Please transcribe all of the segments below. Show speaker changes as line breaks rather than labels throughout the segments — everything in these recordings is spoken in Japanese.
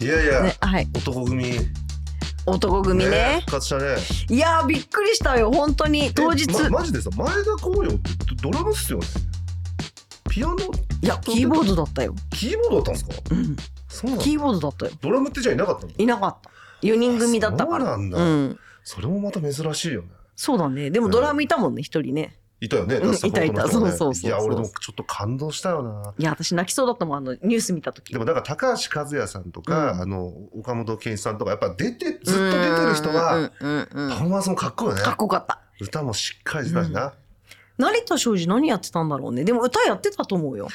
いやいや、
ね、はい。
男組ね
男闘呼組ね。
復活したね
いやー、びっくりしたよ、本当に。当日。
えまマジでさ前田光陽ってドドラムっすよねピアノ
いや、キーボードだったよ。
キーボードだったんですか
うん。
そうなの
キーボードだったよ。
ドラムってじゃあいなかったの
いなかった。4人組だったから。
そうなんだ、
うん。
それもまた珍しいよね
そうだね。でもドラムいたもんね、一人ね。
いたよね、
うん
ダンスサポートの人ね
いたいたそうそうそうそう
や俺でもちょっと感動したよない
や、私泣きそうだったもん、あの、ニュース見た時
でもなんか高橋和也さんとか、
うん
あの岡本健一さんとかやっぱ出てずっと出てる人は
うんうんうんうん
パフォーマンスもかっこいいよね
かっこよかった。
歌もしっかりしてたしな、
成田庄司何やってたんだろうね。でも歌やってたと思うよ。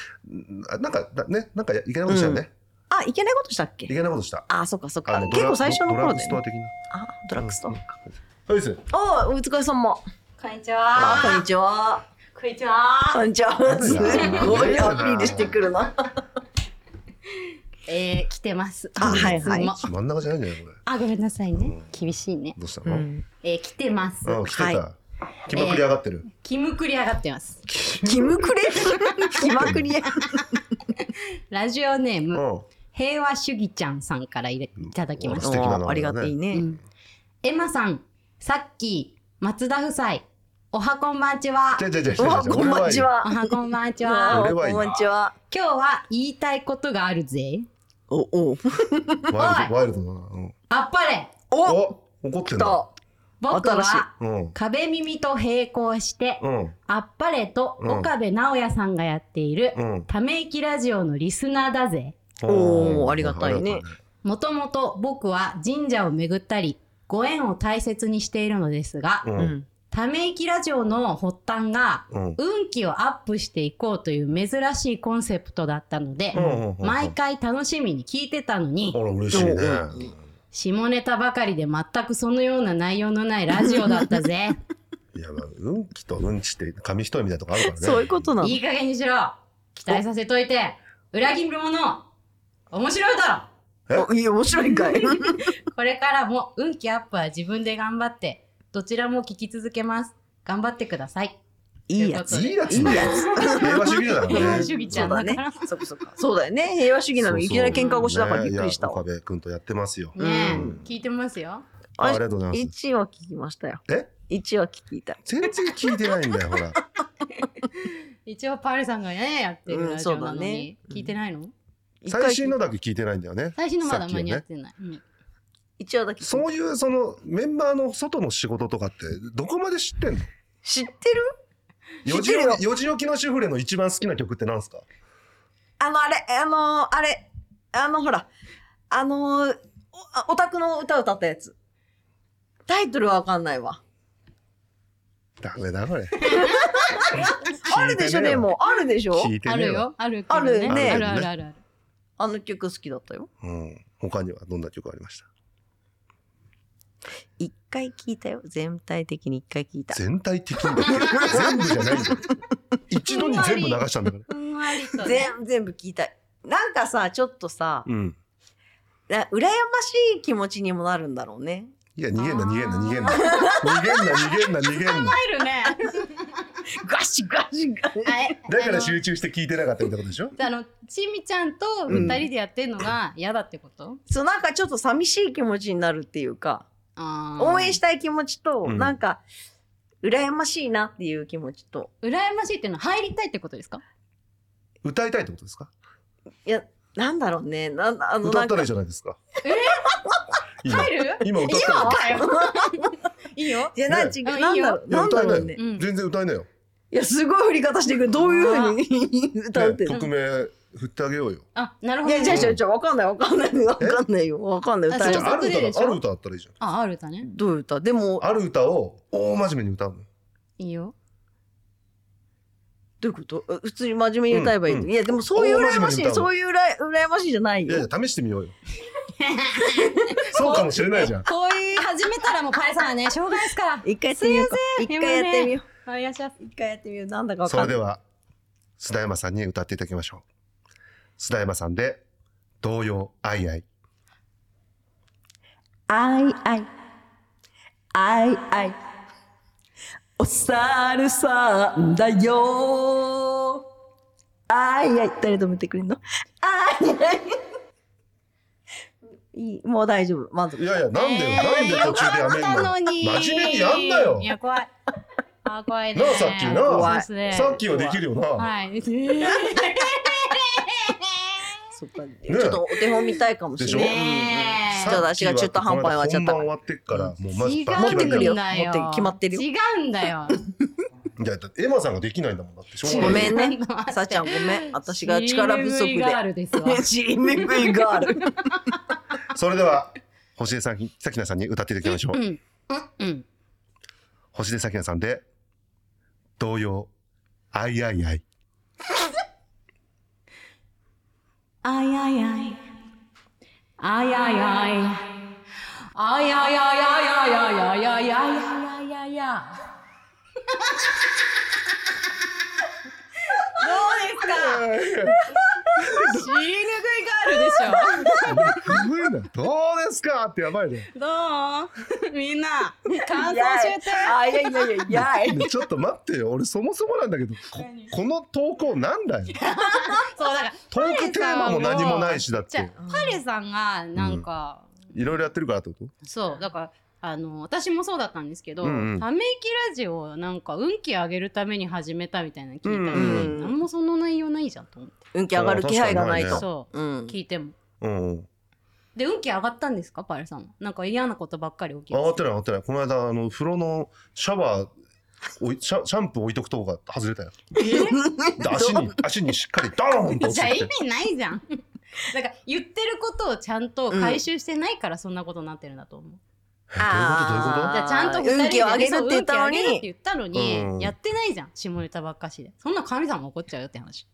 あなんかだねなんかいけないことしたよね、
あ、いけないことしたっ
い
け
けないことした
あ、そっかそっ
あ
か。
のド
結
ラ
構最初の頃
ドラッグ
で
ストア
ね。
的な
あ、ドラッグストアか。
はいですね
あ、お疲れ様。
こんにち
あ、こん
は。
にちは。
こんにちは。
こんにちは。すごいアピールしてくるな。
えー、来てます。
あはいはい
いつも。
真ん中じゃないんじゃないこれ
あ、ごめんなさい
うん
ね。厳しいね。
どうした
う
の、
ん。
えー、来てます。
あ来てた、
は
気まくり上がってる、
気むくり上がってます。
キムクレ気まくりや。
ラジオネーム、
うん
平和主義ちゃんさんからいれいただきまし
素敵な名前だね
ありがたいうね。
んエマさん、さっき、松田夫妻、おはこんばんちは
じ。ゃじゃじゃじ
お
ゃ
は
じゃ
こんばんちは
お。はこんばんち
わあ
は。
俺はいい
こんばんちは。
今日は言いたいことがあるぜ。
お、お、
ワイルドワイルドだな、うん、
あっぱれ
お、
お怒ってんだ
と。
僕
新しい
は、
うん
壁耳と並行して、
うん
あっぱれと
うん
岡部直也さんがやっている、
うん
ため息ラジオのリスナーだぜ。
おー
うん
ありがたいね
ありが
もともと僕は神社を巡ったり、ご縁を大切にしているのですが、
た
う
ね
ん。
ため息ラジオの発端が、
うんうん
運気をアップしていこうという珍しいコンセプトだったので
うんうんうん、うん
毎回楽しみに聞いてたの
あ
に、
ら嬉しいね
うん
下ネタばかりで全くそのような内容のないラジオだっ たぜ。
いやまあ運気と運気って紙一重みたいなとこあるからね
そういうことなの
い。い加減にしろ期待させといて裏切るもの面白いだろ
おいい、面白いんかい。
これからも運気アップは自分で頑張って、どちらも聞き続けます。頑張ってください。
いいやつ。
と
い
いう
い
こ
やつだよ平和主義だからね
平和主義ちゃんだから
そうだね。そっかそっかそうだよね。平和主義なのにいきなり喧嘩腰だからびっくりした
ねいや
わ。
岡部君とやってますよ
とで。ねえ、
うん
聞いてますよ。
あありがとうございます
1は聞きましたよ。
え
1は聞いた。
全然聞いてないんだよほら
一応パールさんがね、やってるラジオな
うんそうだ
のに、
ね
聞いてないの、
一回
最新のだけ聞いてないんだよね
最新のま
さ
だ
っきの
間に合
ね
ってない。うん
一話だけ聞いた
そういうそのメンバーの外の仕事とかってどこまで知ってんの
知ってる知
四
って
時
るよ
起き四時起きの主婦レの一番好きな曲ってなんですか
あの、あれ、あの、あれ、あの、ほら、あの、おオタクの歌歌ったやつ。タイトルはわかんないわ。
ダメだこれ
あるでしょ、でも。あるでしょ
聞いて
あ
ねえ
る
わ
よ。ある
ある
けど
ね
あるあるあるある。
あの曲好きだったよ。
うん他にはどんな曲ありました
一回聞いたよ。全体的に一回聞いた。
全体的に全部じゃないんだよ一度に全部流したんだから
ふんわりと、ね。
全全部聞いた。なんかさ、ちょっとさ、
うん
な羨ましい気持ちにもなるんだろうね。
いや逃げんな
あー
逃げんな逃げんな逃げんな逃げんな逃げんな
入るね。
ガシガシガシ。
あえ
だか
あ
ら
の
集中して聞いてなかったみたいなことでしょ
あの、ちみちゃんと二人でやってんのが嫌だってこと、
そう、なんかちょっと寂しい気持ちになるっていうか、
あー
応援したい気持ちと、
うん
なんか、羨ましいなっていう気持ちと、
羨ましいっていうのは入りたいってことですか
歌いたいってことですか
いや、なんだろうね。なんあの、
歌
な
った
んから
いい、じゃないですか
え
今
入る
今歌った
今
ら
かよ いいよ
いや、な
ね
違う、
あ
ないん
いよ
だろう、
いや
なん
歌
だろ
え
う
な
ね
い。
うん
全然歌えないよ
いや、すごい振り方してくる。どういうふうに歌うってんの
ね、匿名振ってあげようよ
あ、なるほ
い
ど。
や、じゃあ、じゃあ、じゃあ、わかんない、わかんない、わかんないよ。わかんない、
あ
歌え
じ
な
ゃ
い
ああ
そ
る
う
歌
でしょ
だある歌だったらいいじゃん
あ、あるだね。
どういう歌でも、
ある歌を大真面目に歌うの
いいよ。
どういうことえ普通に真面目に歌えばいいの、
うんうん
いや、でもそういう羨ま
大真面目
し
に歌
い、
うの
そういうら羨ましいじゃない
いやい
よ。
や試してみようよそうかもしれないじゃん
こういう始めたらもうパイさんは ね、しょうがないですから。
一回やってみようか。一
せん
回やってみよ
はい、いらっしゃい。
う。一回やってみよう。なんだかわ
そ
か
れ
んな
で
い。
は須田山さんに歌っていただきましょう須田山さんで童謡「あいあい
あいあい。あいあい。お猿さんだよ。あいあい。誰止めてくれんのあいあい。いいもう大丈夫満足
いやいや、なんで、
え
な
ー
んで途中でやめんの
なのに
真面目にやんなよ
いや、怖い。あー、怖いね。
なあさっきな
そうですね
さっきはできるよな。
はい。
そっか、ちょっとお手本見たいかもしれ
で
な
しょ
い。
ね
さ
ちょっと
っき
私
は
が中途半端に終わっちゃった
この間本番終わってっから、もうマジ
違
バ
う
ッキバ
持ってく
キ
る
やん
よ持って決まってるよ
違うんだよ。
いや、だってエマさんができないんだもんだって、しょうが
ご
ない
めん ね。さあちゃんごめん。私が力不足
CMV ガールですわ。
で。チーム V ガール。
それでは、星出さきさきなさんに歌っていただきましょ
う
う。
ん。うん。
星出さきなさんで、童謡、あいあいあい。
あいあいあい。あいあいあい。あいあいあいあいあいあいあいあいあいあいあいあい。どうですか死にぬぐいガールでし
すごいな。 どうですかってやばいね。
ょどうみんな感想集定
あ、いやいやいやいや。
ちょっと待ってよ。俺そもそもなんだけど、こ
何
この投稿なんだよ。
そうだから
トークテーマも何もないしだっ
じゃ
て。
あパレさんがなんか、
いろいろやってるからってこと
そうだからあの私もそうだったんですけど、
うんうん
ため息ラジオをなんか運気上げるために始めたみたいなの聞いたのに、
うん
うん
何もその内容ないじゃんと思って、
運気上がる気配がない
うん
と。
そう
うん。
聞いても
うんうん。
で運気上がったんですかパレさんはなんか嫌なことばっかり起き
あ
る
上がってない上がってない。この間、あの、風呂のシャワー、おいシャシャンプー置いとくとこが外れたよ。 で足 に、足にしっかりドーンと落
じ
ち
ゃあ
てき
意
て。
味ないじゃ んだから言ってることをちゃんと回収してないからそんなことになってるんだと思う、
あー
じゃあちゃんと二人
運気を上げるって言ったの
そう運気を上げるって
に。
言ったのに、
うん
やってないじゃん下ネタばっかしでそんな神様怒っちゃうよって話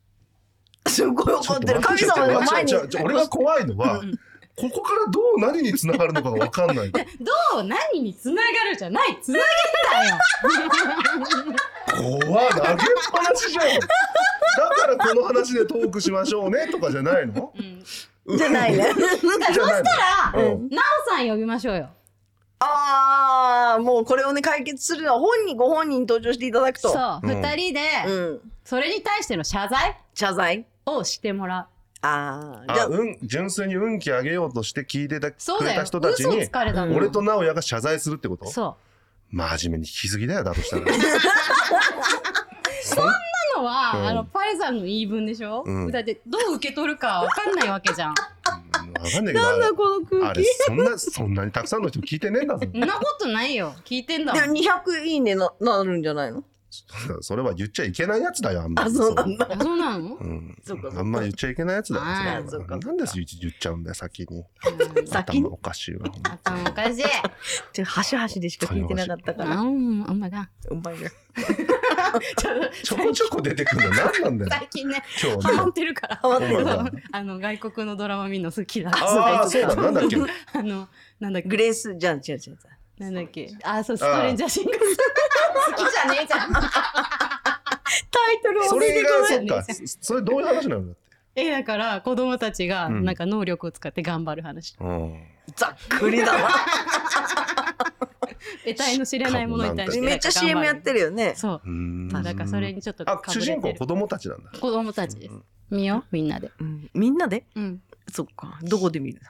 すごい
ち
怒
ょ
っ
と
てる。
待
神
て
様の前に
ちょ。ちょちょ俺が怖いのは、
うん
ここからどう何に繋がるのかが分かんない。
どう何につながるじゃないつなげん だよ
怖っ投げっぱなしじゃん。だからこの話でトークしましょうねとかじゃないの
うん
じゃない
じゃ
ね。
ないの
たら、
うん
なおさん呼びましょうよ
ああ、もうこれをね、解決するのは本人、ご本人に登場していただく
そう
と。
うん
二、人で、
うん。
それに対しての謝罪
謝罪
をしてもらう
ああ、じゃ
あ
あ、
うん、純粋に運気上げようとして聞いてたく
そう
れ
だよ
た人
嘘
たち
を
に
つ、かれたの
俺と直哉が謝罪するってこと
そ
真面目に聞きすぎだよ、だと したら。そん
うなのは、
うん
あのパレさんの言い分でしょ、
うん
だってどう受け取るかわかんないわけ じゃ
う
ん
んわかんないけど、
な
あ
ん
れ
だこの空
あれ
気。
そんな、そんなにたくさんの人聞いてねえん だぞ。
そんなことないよ聞いてんだもん
でも200いいねななるんじゃないの
それは言っちゃいけないやつだよ、あんま
あ、
り。
そうなんだ。
あそうなの
うん
そうかそうか
あんま言っちゃいけないやつだよ。
あ
ー
そ
そ
れ
う
は
か
なんですよ言っちゃうんだよ、先に。
先に
頭おかしいわ。ほんと
頭おかしい。
ちょ、端々でしか聞いてなかったから。
うん、お前が。
うまいね。
ちょこちょこ出てくるの何なんだよ、
最近ね、
今日
ハマ
ね
っ。てるから。
ハマって
るから
あの、外国のドラマ見るの好きだ。
ああ、そうだ、なんだっけ。
あの、なんだっ
グ
け、
レース、じゃん、違う違う違う。
なんだっけ。あ、そう、ストレンジャーシ ングス。好きじゃねえじゃん。タイトル
それが、そ
じゃ
っ
ね
か。それどういう話なのだって。
え、だから、子供たちが、なんか能力を使って頑張る話。
うん。
ざっくりだわ。
得体の知れないものに対して。
めっちゃ CM やって
る。
るよね。
そう
う。ん
だから、それにちょっと。
あ、主人公子供たちなんだ。
子供たちです。見よう、みんなで。
うんみんなで
うん。
そっか。どこで見るの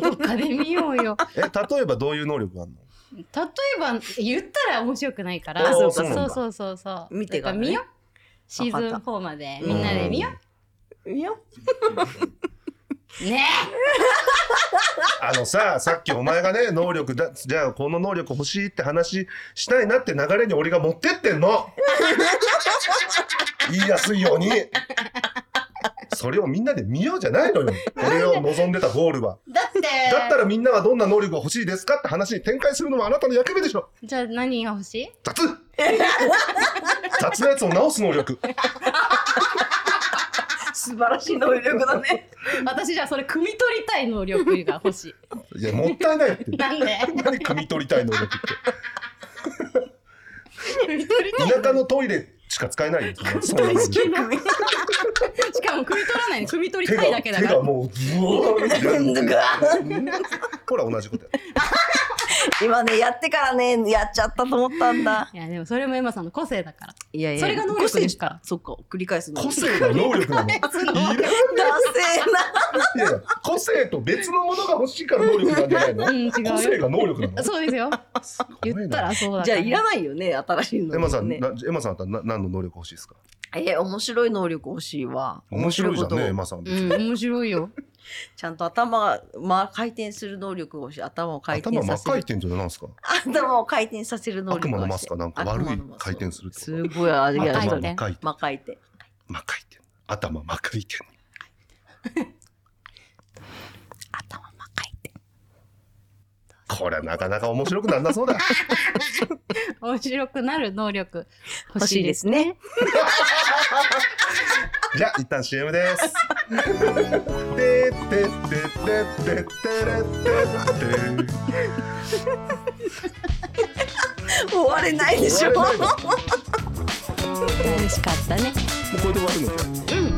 どっかで見ようよ。
え、例えばどういう能力があるの
例えば言ったら面白くないから
あそうか
そう
そ
そうそうそう
見てか
か
ららね
見よシー
わ
ズ
か
ン
っ
4まで
うん
みんなで見よ
いや、
ね
あのさ、さっきお前がね、能力だ、じゃあこの能力欲しいって話したいなって流れに俺が持ってってん の言いやすいようにそれをみんなで見ようじゃないのよ。俺を望んでたゴールは。
えだって
だったらみんなはどんな能力が欲しいですかって話に展開するのもあなたの役目でしょ
じゃあ何が欲しい
雑雑なやつを直す能力。
素晴らしい能力だね。
私じゃあそれ汲み取りたい能力が欲しい
いや、もったいない って。
なんで
何汲み取りたい能力って。
汲み取りたい
田舎のトイレしか使えないよ。そんなの
しかも汲み取らないの汲み取り
手
たい
が
だけ
手
だから
がもうブワーッて
ずか
ほら同じことや。
今ね、やってからね、やっちゃったと思ったんだ。
いやでもそれもエマさんの個性だから
いやいや、
それが能力ですから
個性そっか、繰り返すの。
個性が能力なの。いら
だせ
ないや個性と別のものが欲しいから能力なんじゃないの
うん違うよ
個性が能力なの
そうですよ
ごいな
言ったらそう
えな。
だから
じゃあ、いらないよね、新しいの。
エマさん、
ね。
なエマさんだったらな何の能力欲しいですか
え、面白い能力欲しいわ。
面白いじゃんね、エ
こと
マさん。
うん面白いよ
ちゃんと頭が、まあ、回転する能力が欲しい。頭を回
頭真
転さ
っ
せ
赤い
る
っ。てんじゃないですか。
頭を回転させる能
悪
力
魔の
が
マ
欲
ス
しい
か。なんか悪い
悪魔のマスク
回転するってこと
すごい、あれが
赤い
頭
そ
真っ
う
赤いって
真っ赤いって。
真っ赤いって頭真っ赤いって
頭真っ赤いって。
これはなかなか面白くなんなそうだ
面白くなる能力欲
欲
し
し
い
い
で
ですすね。
じゃあ一旦 CM ですてってってってってってれってって
終われないでし
終
ょ。
われない
楽しかったね。
もうこれで終わるの
うん